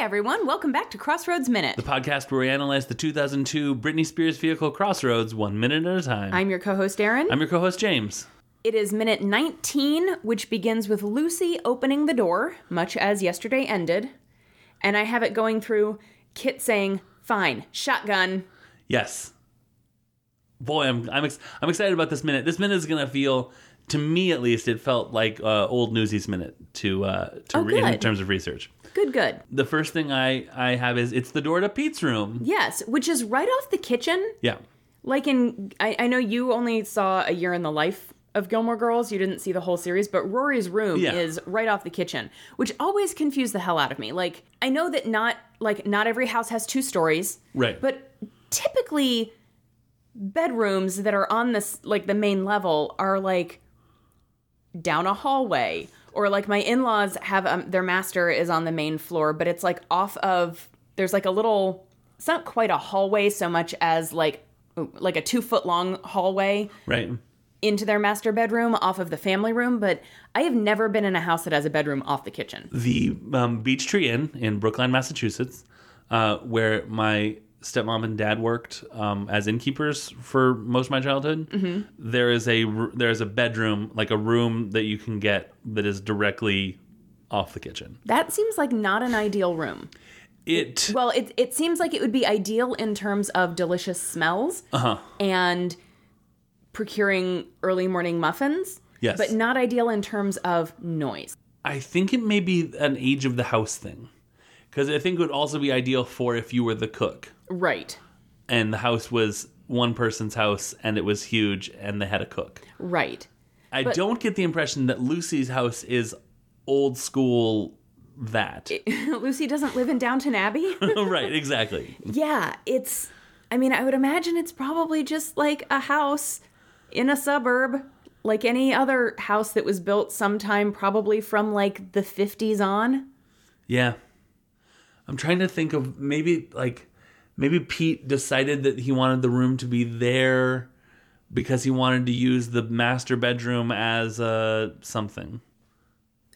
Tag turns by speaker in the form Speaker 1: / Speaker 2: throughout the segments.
Speaker 1: everyone. Welcome back to Crossroads Minute.
Speaker 2: The podcast where we analyze the 2002 Britney Spears vehicle Crossroads one minute at a time.
Speaker 1: I'm your co host, Aaron.
Speaker 2: I'm your co host, James.
Speaker 1: It is minute 19, which begins with Lucy opening the door, much as yesterday ended. And I have it going through Kit saying, Fine, shotgun.
Speaker 2: Yes. Boy, I'm I'm, ex- I'm excited about this minute. This minute is gonna feel, to me at least, it felt like uh, old Newsies minute to uh, to
Speaker 1: Oh,
Speaker 2: re- in
Speaker 1: good.
Speaker 2: terms of research.
Speaker 1: Good, good.
Speaker 2: The first thing I I have is it's the door to Pete's room.
Speaker 1: Yes, which is right off the kitchen.
Speaker 2: Yeah,
Speaker 1: Like in, I, I know you only saw a year in the life of Gilmore Girls. You didn't see the whole series, but Rory's room
Speaker 2: Yeah.
Speaker 1: is right off the kitchen, which always confused the hell out of me. Like I know that not like not every house has two stories,
Speaker 2: Right.
Speaker 1: But typically, bedrooms that are on this like the main level are like down a hallway or like my in-laws have um, their master is on the main floor but it's like off of there's like a little it's not quite a hallway so much as like like a two foot long hallway
Speaker 2: right.
Speaker 1: into their master bedroom off of the family room but i have never been in a house that has a bedroom off the kitchen
Speaker 2: The um, Beach Tree Inn in Brookline, Massachusetts, uh, where my stepmom and dad worked um, as innkeepers for most of my childhood. There is a r- there is a bedroom like a room that you can get that is directly off the kitchen.
Speaker 1: that seems like not an ideal room
Speaker 2: It
Speaker 1: well it, it seems like it would be ideal in terms of delicious smells and procuring early morning muffins
Speaker 2: Yes.
Speaker 1: but not ideal in terms of noise
Speaker 2: I think it may be an age of the house thing because I think it would also be ideal for if you were the cook.
Speaker 1: Right.
Speaker 2: and the house was one person's house and it was huge and they had a cook.
Speaker 1: Right.
Speaker 2: I don't get the impression that Lucy's house is old school that.
Speaker 1: Lucy doesn't live in Downton Abbey?
Speaker 2: right, exactly.
Speaker 1: yeah, it's I mean, I would imagine it's probably just like a house in a suburb like any other house that was built sometime probably from like the 50s on.
Speaker 2: Yeah. I'm trying to think of maybe like maybe Pete decided that he wanted the room to be there because he wanted to use the master bedroom as uh, something.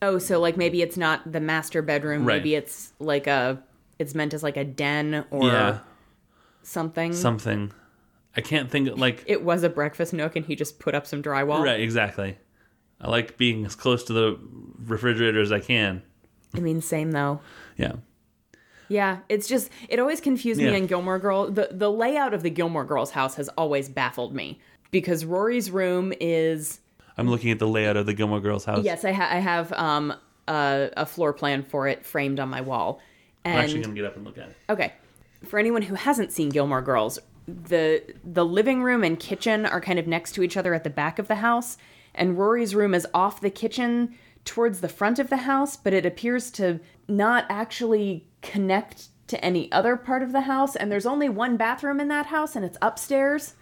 Speaker 1: Oh, so like maybe it's not the master bedroom,
Speaker 2: Right.
Speaker 1: maybe it's like a it's meant as like a den or
Speaker 2: Yeah,
Speaker 1: something.
Speaker 2: something. I can't think of like
Speaker 1: it was a breakfast nook and he just put up some drywall.
Speaker 2: Right, exactly. I like being as close to the refrigerator as I can.
Speaker 1: I mean, same though.
Speaker 2: Yeah.
Speaker 1: Yeah, it's just it always confused
Speaker 2: Yeah.
Speaker 1: me on Gilmore Girl. The the layout of the Gilmore Girls house has always baffled me because Rory's room is
Speaker 2: I'm looking at the layout of the Gilmore Girls house.
Speaker 1: yes, I, ha- I have um a, a floor plan for it framed on my wall.
Speaker 2: I'm actually
Speaker 1: And
Speaker 2: going to get up and look at it.
Speaker 1: okay, for anyone who hasn't seen Gilmore Girls, the the living room and kitchen are kind of next to each other at the back of the house, and Rory's room is off the kitchen towards the front of the house, but it appears to not actually connect to any other part of the house, and there's only one bathroom in that house, and it's upstairs.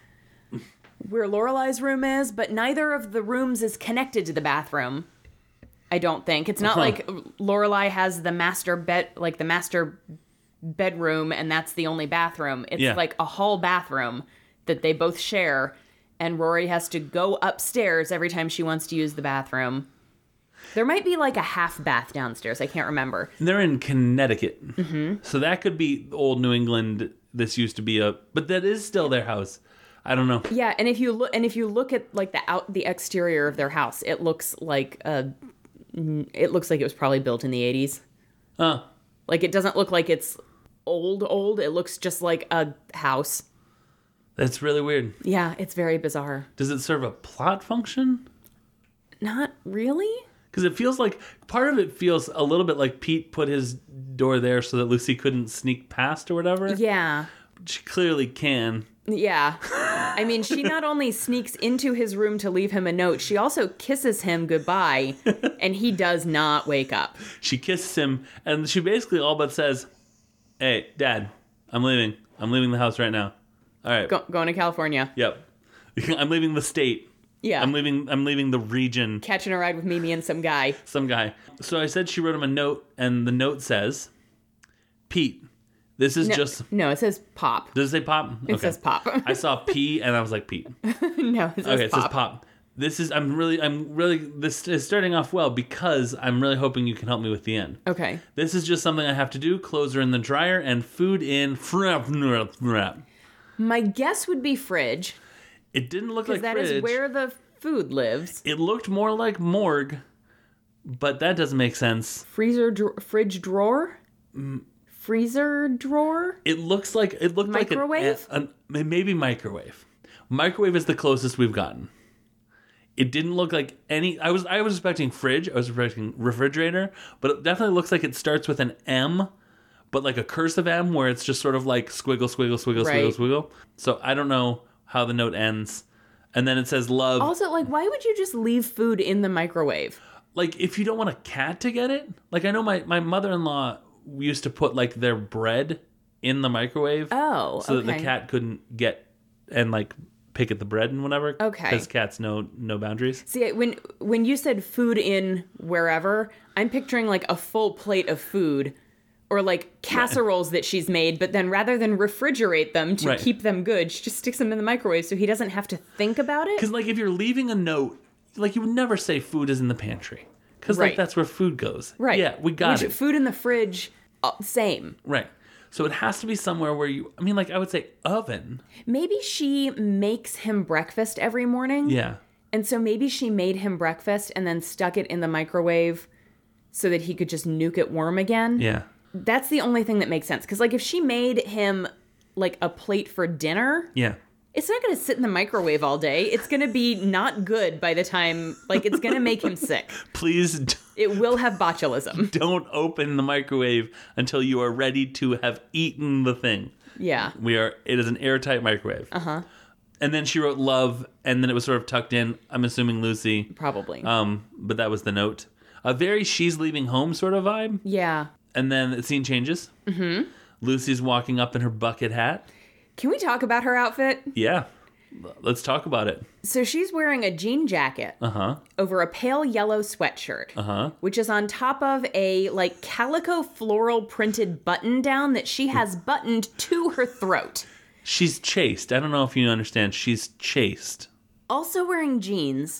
Speaker 1: Where Lorelai's room is, but neither of the rooms is connected to the bathroom. I don't think it's not
Speaker 2: Huh.
Speaker 1: like Lorelai has the master bed, like the master bedroom and that's the only bathroom. It's
Speaker 2: Yeah.
Speaker 1: like a hall bathroom that they both share and Rory has to go upstairs every time she wants to use the bathroom. There might be like a half bath downstairs. I can't remember.
Speaker 2: And they're in Connecticut. Mm-hmm. So that could be old New England. This used to be a, but that is still their house. I don't know.
Speaker 1: Yeah, and if you look and if you look at like the out the exterior of their house, it looks like a it looks like it was probably built in the 80s.
Speaker 2: Uh,
Speaker 1: Like it doesn't look like it's old old. It looks just like a house.
Speaker 2: that's really weird.
Speaker 1: Yeah, it's very bizarre.
Speaker 2: Does it serve a plot function?
Speaker 1: Not really?
Speaker 2: Because it feels like part of it feels a little bit like Pete put his door there so that Lucy couldn't sneak past or whatever.
Speaker 1: Yeah.
Speaker 2: She clearly can.
Speaker 1: Yeah. I mean, she not only sneaks into his room to leave him a note, she also kisses him goodbye, and he does not wake up.
Speaker 2: she kisses him and she basically all but says hey dad i'm leaving i'm leaving the house right now all right
Speaker 1: Go- going to California.
Speaker 2: yep i'm leaving the state
Speaker 1: Yeah.
Speaker 2: i'm leaving i'm leaving the region
Speaker 1: Catching a ride with Mimi and some guy.
Speaker 2: some guy so i said she wrote him a note and the note says pete this is
Speaker 1: No,
Speaker 2: just
Speaker 1: no, it says pop.
Speaker 2: does it say pop
Speaker 1: It says pop.
Speaker 2: i saw p and i was like pete
Speaker 1: no, it says
Speaker 2: okay it
Speaker 1: pop.
Speaker 2: says pop This is I'm really I'm really this is starting off well because I'm really hoping you can help me with the end.
Speaker 1: Okay.
Speaker 2: This is just something I have to do. Closer in the dryer and food in.
Speaker 1: My guess would be fridge
Speaker 2: It didn't look
Speaker 1: because
Speaker 2: like
Speaker 1: that is
Speaker 2: fridge.
Speaker 1: where the food lives.
Speaker 2: it looked more like morgue, but that doesn't make sense.
Speaker 1: Freezer, dr- fridge drawer,
Speaker 2: Mm.
Speaker 1: freezer drawer.
Speaker 2: It looks like it looked
Speaker 1: Microwave?
Speaker 2: like an- an, maybe microwave. Microwave is the closest we've gotten. It didn't look like any. I was I was expecting fridge. I was expecting refrigerator, but it definitely looks like it starts with an M, but like a cursive M where it's just sort of like squiggle, squiggle, squiggle,
Speaker 1: Right.
Speaker 2: squiggle, squiggle. So I don't know how the note ends, and then it says love.
Speaker 1: Also, like, why would you just leave food in the microwave?
Speaker 2: like if you don't want a cat to get it like i know my, my mother-in-law used to put like their bread in the microwave
Speaker 1: Oh,
Speaker 2: so
Speaker 1: okay.
Speaker 2: that the cat couldn't get and like pick at the bread and whatever
Speaker 1: Okay.
Speaker 2: because cats know no boundaries
Speaker 1: See, when when you said food in wherever, I'm picturing like a full plate of food or like casseroles that she's made, but then rather than refrigerate them to
Speaker 2: Right.
Speaker 1: keep them good, she just sticks them in the microwave so he doesn't have to think about it.
Speaker 2: because like if you're leaving a note like you would never say food is in the pantry because
Speaker 1: Right.
Speaker 2: like that's where food goes
Speaker 1: Right.
Speaker 2: yeah we got
Speaker 1: Which-
Speaker 2: it
Speaker 1: Food in the fridge, uh, same.
Speaker 2: right so it has to be somewhere where you i mean like i would say oven
Speaker 1: Maybe she makes him breakfast every morning.
Speaker 2: yeah
Speaker 1: And so maybe she made him breakfast and then stuck it in the microwave so that he could just nuke it warm again.
Speaker 2: yeah
Speaker 1: That's the only thing that makes sense. Because, like, if she made him like a plate for dinner,
Speaker 2: yeah
Speaker 1: it's not going to sit in the microwave all day. It's going to be not good by the time, like, it's going to make him sick.
Speaker 2: please d-
Speaker 1: It will have botulism.
Speaker 2: don't open the microwave until you are ready to have eaten the thing.
Speaker 1: Yeah.
Speaker 2: We are. It is an airtight microwave. Uh huh. And then she wrote love, and then it was sort of tucked in. I'm assuming Lucy.
Speaker 1: Probably.
Speaker 2: Um, but that was the note. A very she's leaving home sort of vibe.
Speaker 1: yeah.
Speaker 2: And then the scene changes. Mm-hmm. Lucy's walking up in her bucket hat.
Speaker 1: Can we talk about her outfit?
Speaker 2: Yeah. Let's talk about it.
Speaker 1: So she's wearing a jean jacket
Speaker 2: Uh huh.
Speaker 1: over a pale yellow sweatshirt,
Speaker 2: Uh-huh.
Speaker 1: which is on top of a like calico floral printed button down that she has buttoned to her throat.
Speaker 2: She's chased. I don't know if you understand. She's chased.
Speaker 1: Also wearing jeans,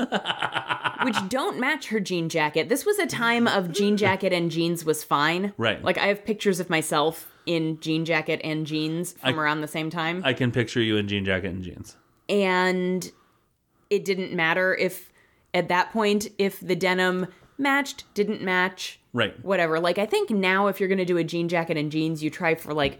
Speaker 1: which don't match her jean jacket. This was a time of jean jacket and jeans was fine.
Speaker 2: Right.
Speaker 1: Like I have pictures of myself in jean jacket and jeans from around the same time.
Speaker 2: I can picture you in jean jacket and jeans.
Speaker 1: and it didn't matter if at that point if the denim matched didn't match
Speaker 2: Right.
Speaker 1: whatever like i think now if you're going to do a jean jacket and jeans you try for like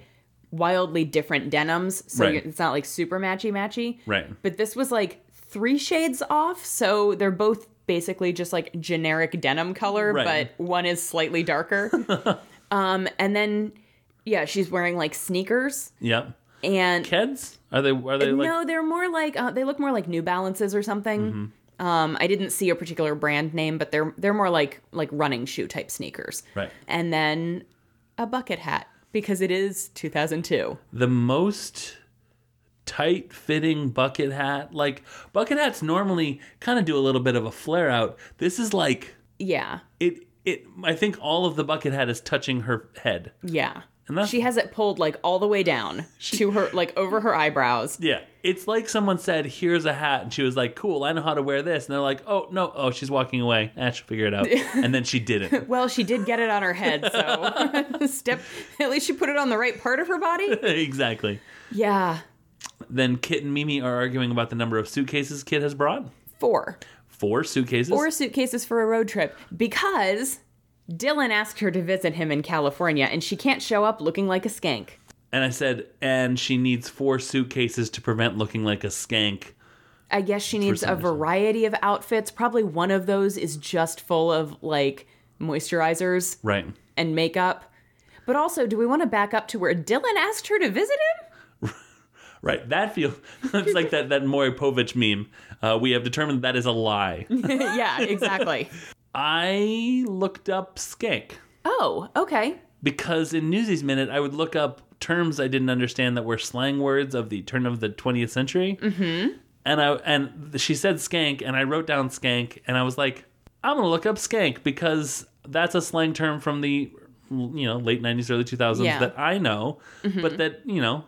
Speaker 1: wildly different denims so
Speaker 2: Right.
Speaker 1: you're- it's not like super matchy matchy
Speaker 2: Right.
Speaker 1: but this was like three shades off so they're both basically just like generic denim color
Speaker 2: Right.
Speaker 1: but one is slightly darker um and then yeah she's wearing like sneakers
Speaker 2: Yep.
Speaker 1: and
Speaker 2: Keds? Are they? Are they like?
Speaker 1: Uh, no, they're more like uh, they look more like New Balances or something.
Speaker 2: Mm-hmm.
Speaker 1: Um, I didn't see a particular brand name, but they're they're more like like running shoe type sneakers.
Speaker 2: Right.
Speaker 1: And then a bucket hat because it is 2002.
Speaker 2: the most tight fitting bucket hat. Like bucket hats normally kind of do a little bit of a flare out. This is like
Speaker 1: Yeah,
Speaker 2: it it I think all of the bucket hat is touching her head.
Speaker 1: yeah.
Speaker 2: And that's-
Speaker 1: she has it pulled like all the way down to her like over her eyebrows.
Speaker 2: Yeah. It's like someone said, "Here's a hat." And she was like, "Cool, I know how to wear this." And they're like, "Oh, no. Oh, she's walking away. Ah, she'll figure it out." and then she didn't.
Speaker 1: Well, she did get it on her head, so step. At least she put it on the right part of her body.
Speaker 2: exactly.
Speaker 1: Yeah,
Speaker 2: Then Kit and Mimi are arguing about the number of suitcases Kit has brought.
Speaker 1: four.
Speaker 2: Four suitcases.
Speaker 1: four suitcases for a road trip because Dylan asked her to visit him in California and she can't show up looking like a skank.
Speaker 2: And I said, "And she needs four suitcases to prevent looking like a skank."
Speaker 1: I guess she needs a variety of outfits. Probably one of those is just full of like moisturizers
Speaker 2: Right.
Speaker 1: and makeup. But also, do we want to back up to where Dylan asked her to visit him?
Speaker 2: Right. That feels it's like that that Maury Povich meme. Uh, we have determined that is a lie.
Speaker 1: yeah, exactly.
Speaker 2: I looked up skank
Speaker 1: Oh, okay.
Speaker 2: because in Newsies Minute I would look up terms I didn't understand that were slang words of the turn of the 20th century. Mm-hmm. And I and she said skank and I wrote down skank and I was like I'm gonna look up skank because that's a slang term from the you know late 90s early 2000s
Speaker 1: Yeah. Mm-hmm.
Speaker 2: that I know, but that you know.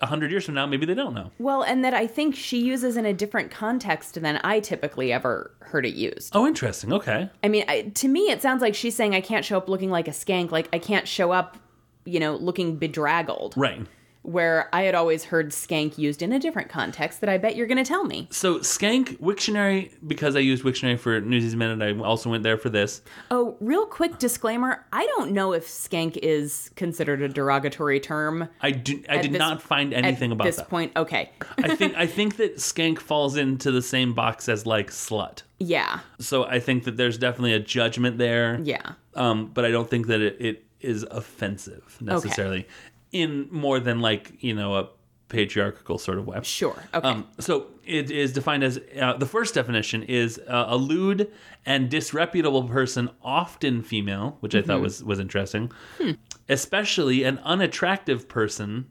Speaker 2: a hundred years from now, maybe they don't know.
Speaker 1: Well, and that I think she uses in a different context than I typically ever heard it used.
Speaker 2: Oh, interesting. Okay.
Speaker 1: I mean, I, to me, it sounds like she's saying I can't show up looking like a skank. Like I can't show up, you know, looking bedraggled.
Speaker 2: Right.
Speaker 1: Where I had always heard skank used in a different context that I bet you're going to tell me.
Speaker 2: So skank Wiktionary because I used Wiktionary for Newsies Minute. I also went there for this.
Speaker 1: Oh, real quick disclaimer I don't know if skank is considered a derogatory term.
Speaker 2: I do. I did
Speaker 1: this-
Speaker 2: not find anything
Speaker 1: At
Speaker 2: about
Speaker 1: this
Speaker 2: that.
Speaker 1: point, okay.
Speaker 2: I think I think that skank falls into the same box as like slut.
Speaker 1: Yeah.
Speaker 2: So I think that there's definitely a judgment there.
Speaker 1: Yeah.
Speaker 2: Um, but I don't think that it, it is offensive necessarily in more than like, you know, a patriarchal sort of way.
Speaker 1: Sure. Okay.
Speaker 2: Um, so it is defined as uh, the first definition is uh, a lewd and disreputable person, often female, which I thought
Speaker 1: Mm-hmm.
Speaker 2: was was interesting,
Speaker 1: Hmm.
Speaker 2: especially an unattractive person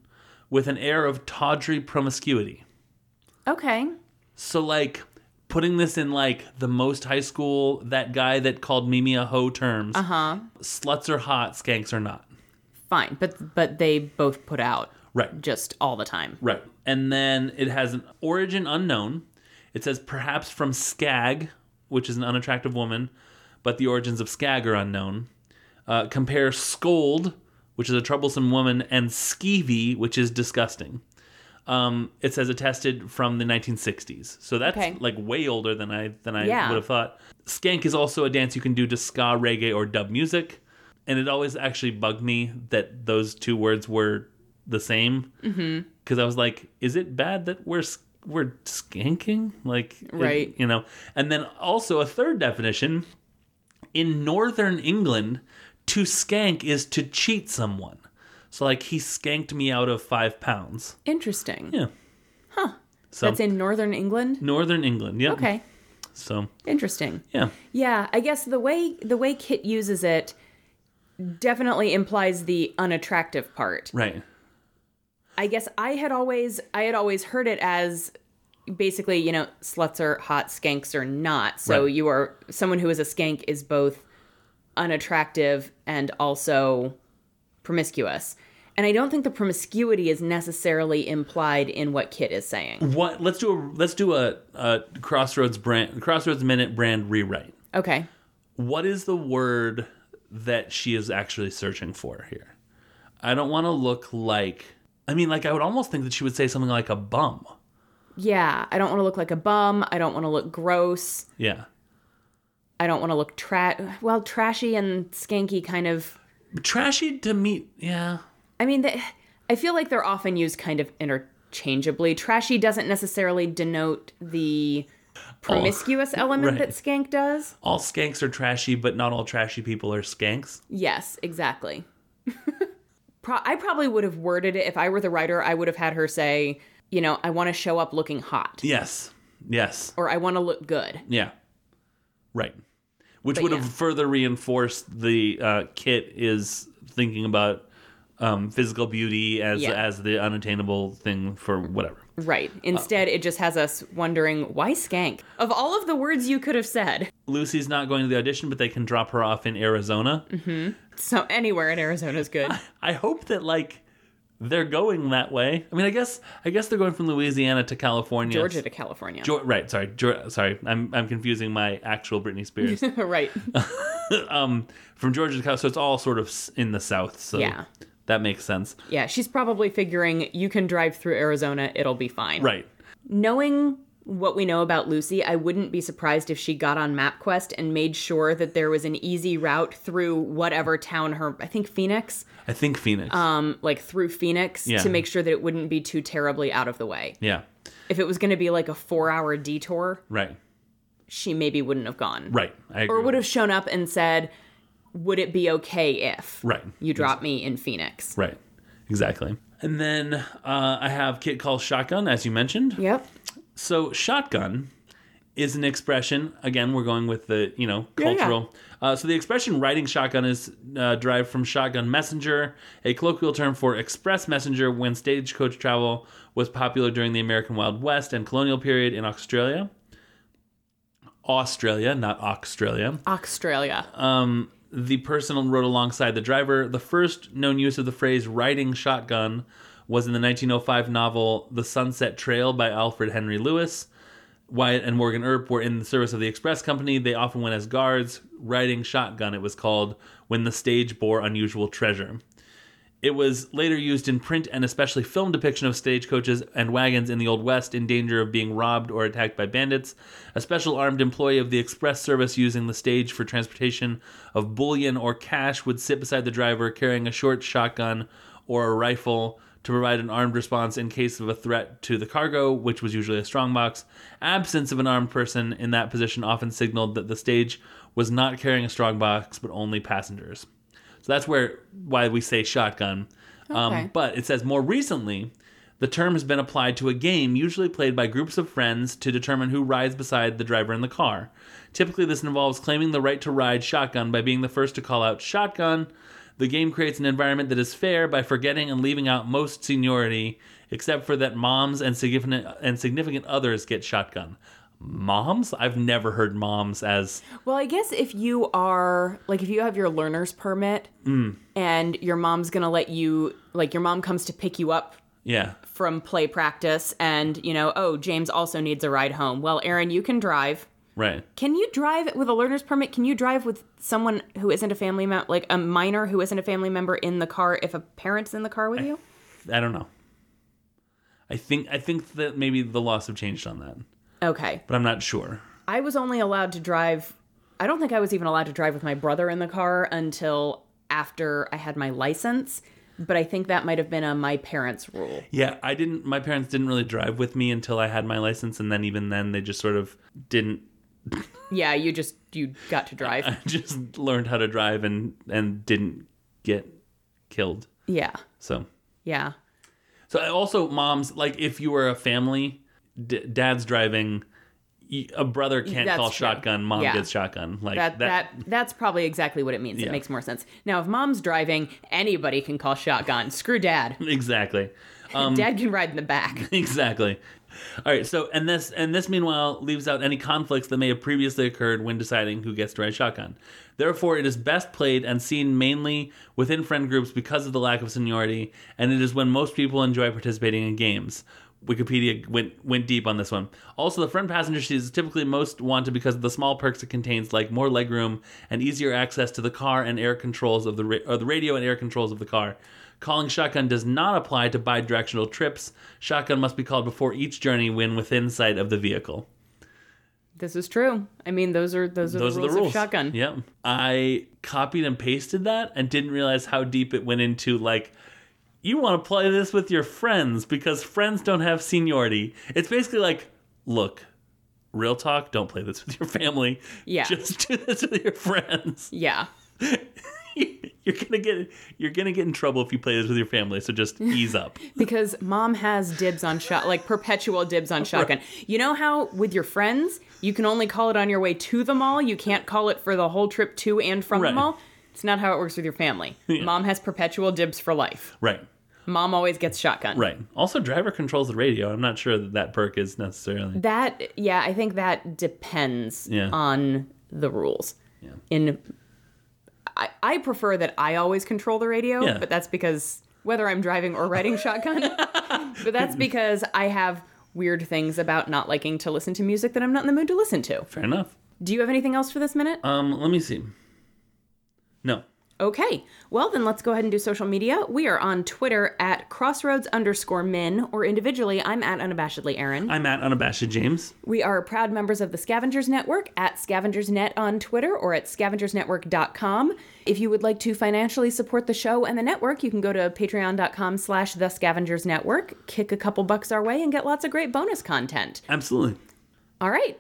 Speaker 2: with an air of tawdry promiscuity.
Speaker 1: okay.
Speaker 2: So like putting this in like the most high school that guy that called Mimi a hoe terms. Uh huh. Sluts are hot, skanks are not.
Speaker 1: Fine. But but they both put out
Speaker 2: Right.
Speaker 1: just all the time.
Speaker 2: Right. And then it has an origin unknown. It says perhaps from Skag, which is an unattractive woman, but the origins of Skag are unknown. Uh, compare Scold, which is a troublesome woman, and Skeevy, which is disgusting. Um, it says attested from the 1960s, so that's
Speaker 1: Okay.
Speaker 2: like way older than I than I
Speaker 1: Yeah.
Speaker 2: would have thought. Skank is also a dance you can do to ska, reggae, or dub music, and it always actually bugged me that those two words were the same because I was like, is it bad that we're s- we're skanking? Like, it-
Speaker 1: Right.
Speaker 2: you know. And then also a third definition in Northern England, to skank is to cheat someone. So like he skanked me out of five pounds.
Speaker 1: Interesting.
Speaker 2: Yeah. Mm-hmm. So
Speaker 1: That's in northern England.
Speaker 2: Northern England. Yeah.
Speaker 1: Okay.
Speaker 2: So
Speaker 1: Interesting.
Speaker 2: yeah.
Speaker 1: Yeah, I guess the way the way Kit uses it definitely implies the unattractive part.
Speaker 2: Right.
Speaker 1: I guess I had always I had always heard it as basically, you know, sluts are hot, skanks are not. So
Speaker 2: Right.
Speaker 1: you are someone who is a skank is both unattractive and also promiscuous. And I don't think the promiscuity is necessarily implied in what Kit is saying.
Speaker 2: What? Let's do a let's do a, a crossroads brand crossroads minute brand rewrite.
Speaker 1: Okay.
Speaker 2: what is the word that she is actually searching for here? I don't want to look like. I mean, like I would almost think that she would say something like a bum.
Speaker 1: Yeah, I don't want to look like a bum. I don't want to look gross.
Speaker 2: Yeah,
Speaker 1: I don't want to look tra well trashy and skanky kind of.
Speaker 2: trashy to me. Yeah,
Speaker 1: I mean, they, I feel like they're often used kind of interchangeably. Trashy doesn't necessarily denote the promiscuous element
Speaker 2: right.
Speaker 1: that skank does.
Speaker 2: all skanks are trashy, but not all trashy people are skanks.
Speaker 1: Yes, exactly. Pro- I probably would have worded it if I were the writer. I would have had her say, you know, I want to show up looking hot,
Speaker 2: Yes, yes,
Speaker 1: or I want to look good.
Speaker 2: yeah, right. Which
Speaker 1: But
Speaker 2: would
Speaker 1: yeah.
Speaker 2: have further reinforced the uh, Kit is thinking about um, physical beauty as
Speaker 1: Yeah.
Speaker 2: as the unattainable thing for whatever.
Speaker 1: Right. Instead, it just has us wondering why skank. Of all of the words you could have said,
Speaker 2: Lucy's not going to the audition, but they can drop her off in Arizona.
Speaker 1: so anywhere in Arizona is good.
Speaker 2: I hope that like they're going that way. I mean, I guess I guess they're going from Louisiana to California.
Speaker 1: Georgia to California.
Speaker 2: Jo- right, sorry, Geor sorry. I'm I'm confusing my actual Britney Spears.
Speaker 1: right.
Speaker 2: um, from Georgia to California, so it's all sort of s- in the South. So
Speaker 1: Yeah.
Speaker 2: that makes sense.
Speaker 1: Yeah, she's probably figuring you can drive through Arizona, it'll be fine.
Speaker 2: Right,
Speaker 1: Knowing what we know about Lucy, I wouldn't be surprised if she got on MapQuest and made sure that there was an easy route through whatever town her I think Phoenix,
Speaker 2: I think Phoenix.
Speaker 1: um like through Phoenix
Speaker 2: Yeah.
Speaker 1: to make sure that it wouldn't be too terribly out of the way.
Speaker 2: yeah,
Speaker 1: If it was going to be like a 4-hour detour,
Speaker 2: right,
Speaker 1: she maybe wouldn't have gone.
Speaker 2: right. I agree.
Speaker 1: Or would have shown up and said, "Would it be okay if
Speaker 2: Right.
Speaker 1: you drop me in Phoenix?"
Speaker 2: right, exactly. And then uh, I have Kit calls shotgun, as you mentioned.
Speaker 1: Yep.
Speaker 2: So shotgun is an expression. Again, we're going with the you know
Speaker 1: Yeah, yeah.
Speaker 2: cultural. Uh, so the expression "riding shotgun" is uh, derived from shotgun messenger, a colloquial term for express messenger when stagecoach travel was popular during the American Wild West and colonial period in Australia. Australia, not Australia.
Speaker 1: Australia.
Speaker 2: Um, the person rode alongside the driver. The first known use of the phrase "riding shotgun" was in the 1905 novel The Sunset Trail by Alfred Henry Lewis. Wyatt and Morgan Earp were in the service of the Express Company. They often went as guards, riding shotgun, it was called, when the stage bore unusual treasure. It was later used in print and especially film depiction of stagecoaches and wagons in the Old West in danger of being robbed or attacked by bandits. A special armed employee of the express service using the stage for transportation of bullion or cash would sit beside the driver carrying a short shotgun or a rifle to provide an armed response in case of a threat to the cargo, which was usually a strongbox. Absence of an armed person in that position often signaled that the stage was not carrying a strongbox but only passengers. So that's where why we say shotgun.
Speaker 1: Okay.
Speaker 2: Um, but it says more recently, the term has been applied to a game usually played by groups of friends to determine who rides beside the driver in the car. Typically, this involves claiming the right to ride shotgun by being the first to call out shotgun. The game creates an environment that is fair by forgetting and leaving out most seniority, except for that moms and significant and significant others get shotgun. Moms? I've never heard moms as
Speaker 1: Well, I guess if you are like if you have your learner's permit and your mom's gonna let you like your mom comes to pick you up
Speaker 2: yeah.
Speaker 1: from play practice and you know, oh, James also needs a ride home. Well, Aaron, you can drive.
Speaker 2: Right.
Speaker 1: Can you drive with a learner's permit? Can you drive with someone who isn't a family member, like a minor who isn't a family member in the car if a parent's in the car with you?
Speaker 2: I don't know. I think I think that maybe the laws have changed on that,
Speaker 1: Okay.
Speaker 2: but I'm not sure.
Speaker 1: I was only allowed to drive. I don't think I was even allowed to drive with my brother in the car until after I had my license. But I think that might have been a my parents' rule.
Speaker 2: Yeah, I didn't. My parents didn't really drive with me until I had my license, and then even then, they just sort of didn't.
Speaker 1: Yeah, you just you got to drive.
Speaker 2: I just learned how to drive and and didn't get killed.
Speaker 1: Yeah,
Speaker 2: So
Speaker 1: yeah.
Speaker 2: so I also moms like if you were a family, d- dad's driving. y- A brother can't
Speaker 1: That's
Speaker 2: call
Speaker 1: true.
Speaker 2: shotgun. Mom
Speaker 1: Yeah.
Speaker 2: gets shotgun. Like
Speaker 1: That, that that's probably exactly what it means. It
Speaker 2: Yeah.
Speaker 1: makes more sense. Now, if mom's driving, anybody can call shotgun. Screw dad.
Speaker 2: exactly. Um,
Speaker 1: dad can ride in the back.
Speaker 2: exactly. All right. So, and this and this meanwhile leaves out any conflicts that may have previously occurred when deciding who gets to ride shotgun. Therefore, it is best played and seen mainly within friend groups because of the lack of seniority, and it is when most people enjoy participating in games. Wikipedia went went deep on this one. Also, the front passenger seat is typically most wanted because of the small perks it contains, like more legroom and easier access to the car and air controls of the ra- or the radio and air controls of the car. Calling shotgun does not apply to bidirectional trips. Shotgun must be called before each journey when within sight of the vehicle.
Speaker 1: This is true. I mean, those are those are
Speaker 2: Those
Speaker 1: the,
Speaker 2: are
Speaker 1: rules
Speaker 2: the rules.
Speaker 1: of shotgun.
Speaker 2: Yep. I copied and pasted that and didn't realize how deep it went into like you want to play this with your friends because friends don't have seniority. It's basically like, look, real talk, don't play this with your family.
Speaker 1: Yeah.
Speaker 2: Just do this with your friends.
Speaker 1: Yeah.
Speaker 2: You're gonna get you're gonna get in trouble if you play this with your family, so just ease up.
Speaker 1: because mom has dibs on shot like perpetual dibs on shotgun you know how with your friends you can only call it on your way to the mall you can't call it for the whole trip to and from
Speaker 2: Right.
Speaker 1: the mall it's not how it works with your family mom has perpetual dibs for life
Speaker 2: right.
Speaker 1: mom always gets shotgun
Speaker 2: Right. Also, driver controls the radio. I'm not sure that that perk is necessarily.
Speaker 1: that yeah i think that depends
Speaker 2: Yeah.
Speaker 1: on the rules
Speaker 2: Yeah.
Speaker 1: in I, I prefer that i always control the radio
Speaker 2: Yeah.
Speaker 1: but that's because whether i'm driving or riding shotgun but that's because i have weird things about not liking to listen to music that i'm not in the mood to listen to
Speaker 2: Fair enough.
Speaker 1: do you have anything else for this minute
Speaker 2: Um, let me see. No.
Speaker 1: Okay, well, then let's go ahead and do social media. We are on Twitter at crossroads underscore min, or individually, I'm at unabashedly Aaron.
Speaker 2: I'm at unabashed James.
Speaker 1: We are proud members of the Scavengers Network at scavengersnet on Twitter or at scavengersnetwork.com. If you would like to financially support the show and the network, you can go to patreon.com slash the scavengers network, kick a couple bucks our way, and get lots of great bonus content.
Speaker 2: Absolutely.
Speaker 1: All right.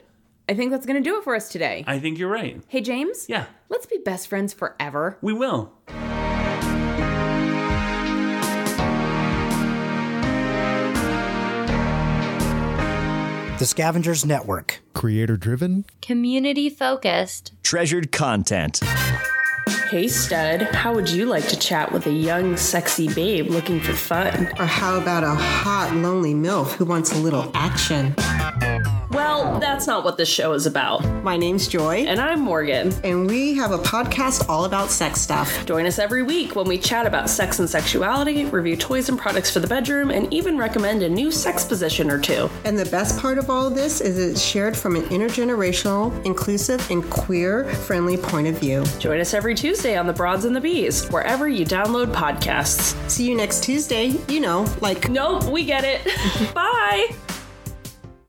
Speaker 1: I think that's going to do it for us today.
Speaker 2: I think you're right.
Speaker 1: Hey, James?
Speaker 2: Yeah.
Speaker 1: Let's be best friends forever.
Speaker 2: We will.
Speaker 3: The Scavengers Network.
Speaker 4: Creator driven?
Speaker 5: community focused.
Speaker 6: Treasured content.
Speaker 7: Hey, stud, how would you like to chat with a young, sexy babe looking for fun?
Speaker 8: Or how about a hot, lonely MILF who wants a little action?
Speaker 7: Well, that's not what this show is about.
Speaker 4: My name's Joy,
Speaker 7: And I'm Morgan.
Speaker 4: and we have a podcast all about sex stuff.
Speaker 7: Join us every week when we chat about sex and sexuality, review toys and products for the bedroom, and even recommend a new sex position or two.
Speaker 4: And the best part of all this is it's shared from an intergenerational, inclusive, and queer friendly point of view.
Speaker 7: Join us every Tuesday on The Broads and the Bees, wherever you download podcasts.
Speaker 4: See you next Tuesday, you know, like
Speaker 7: Nope, we get it. Bye.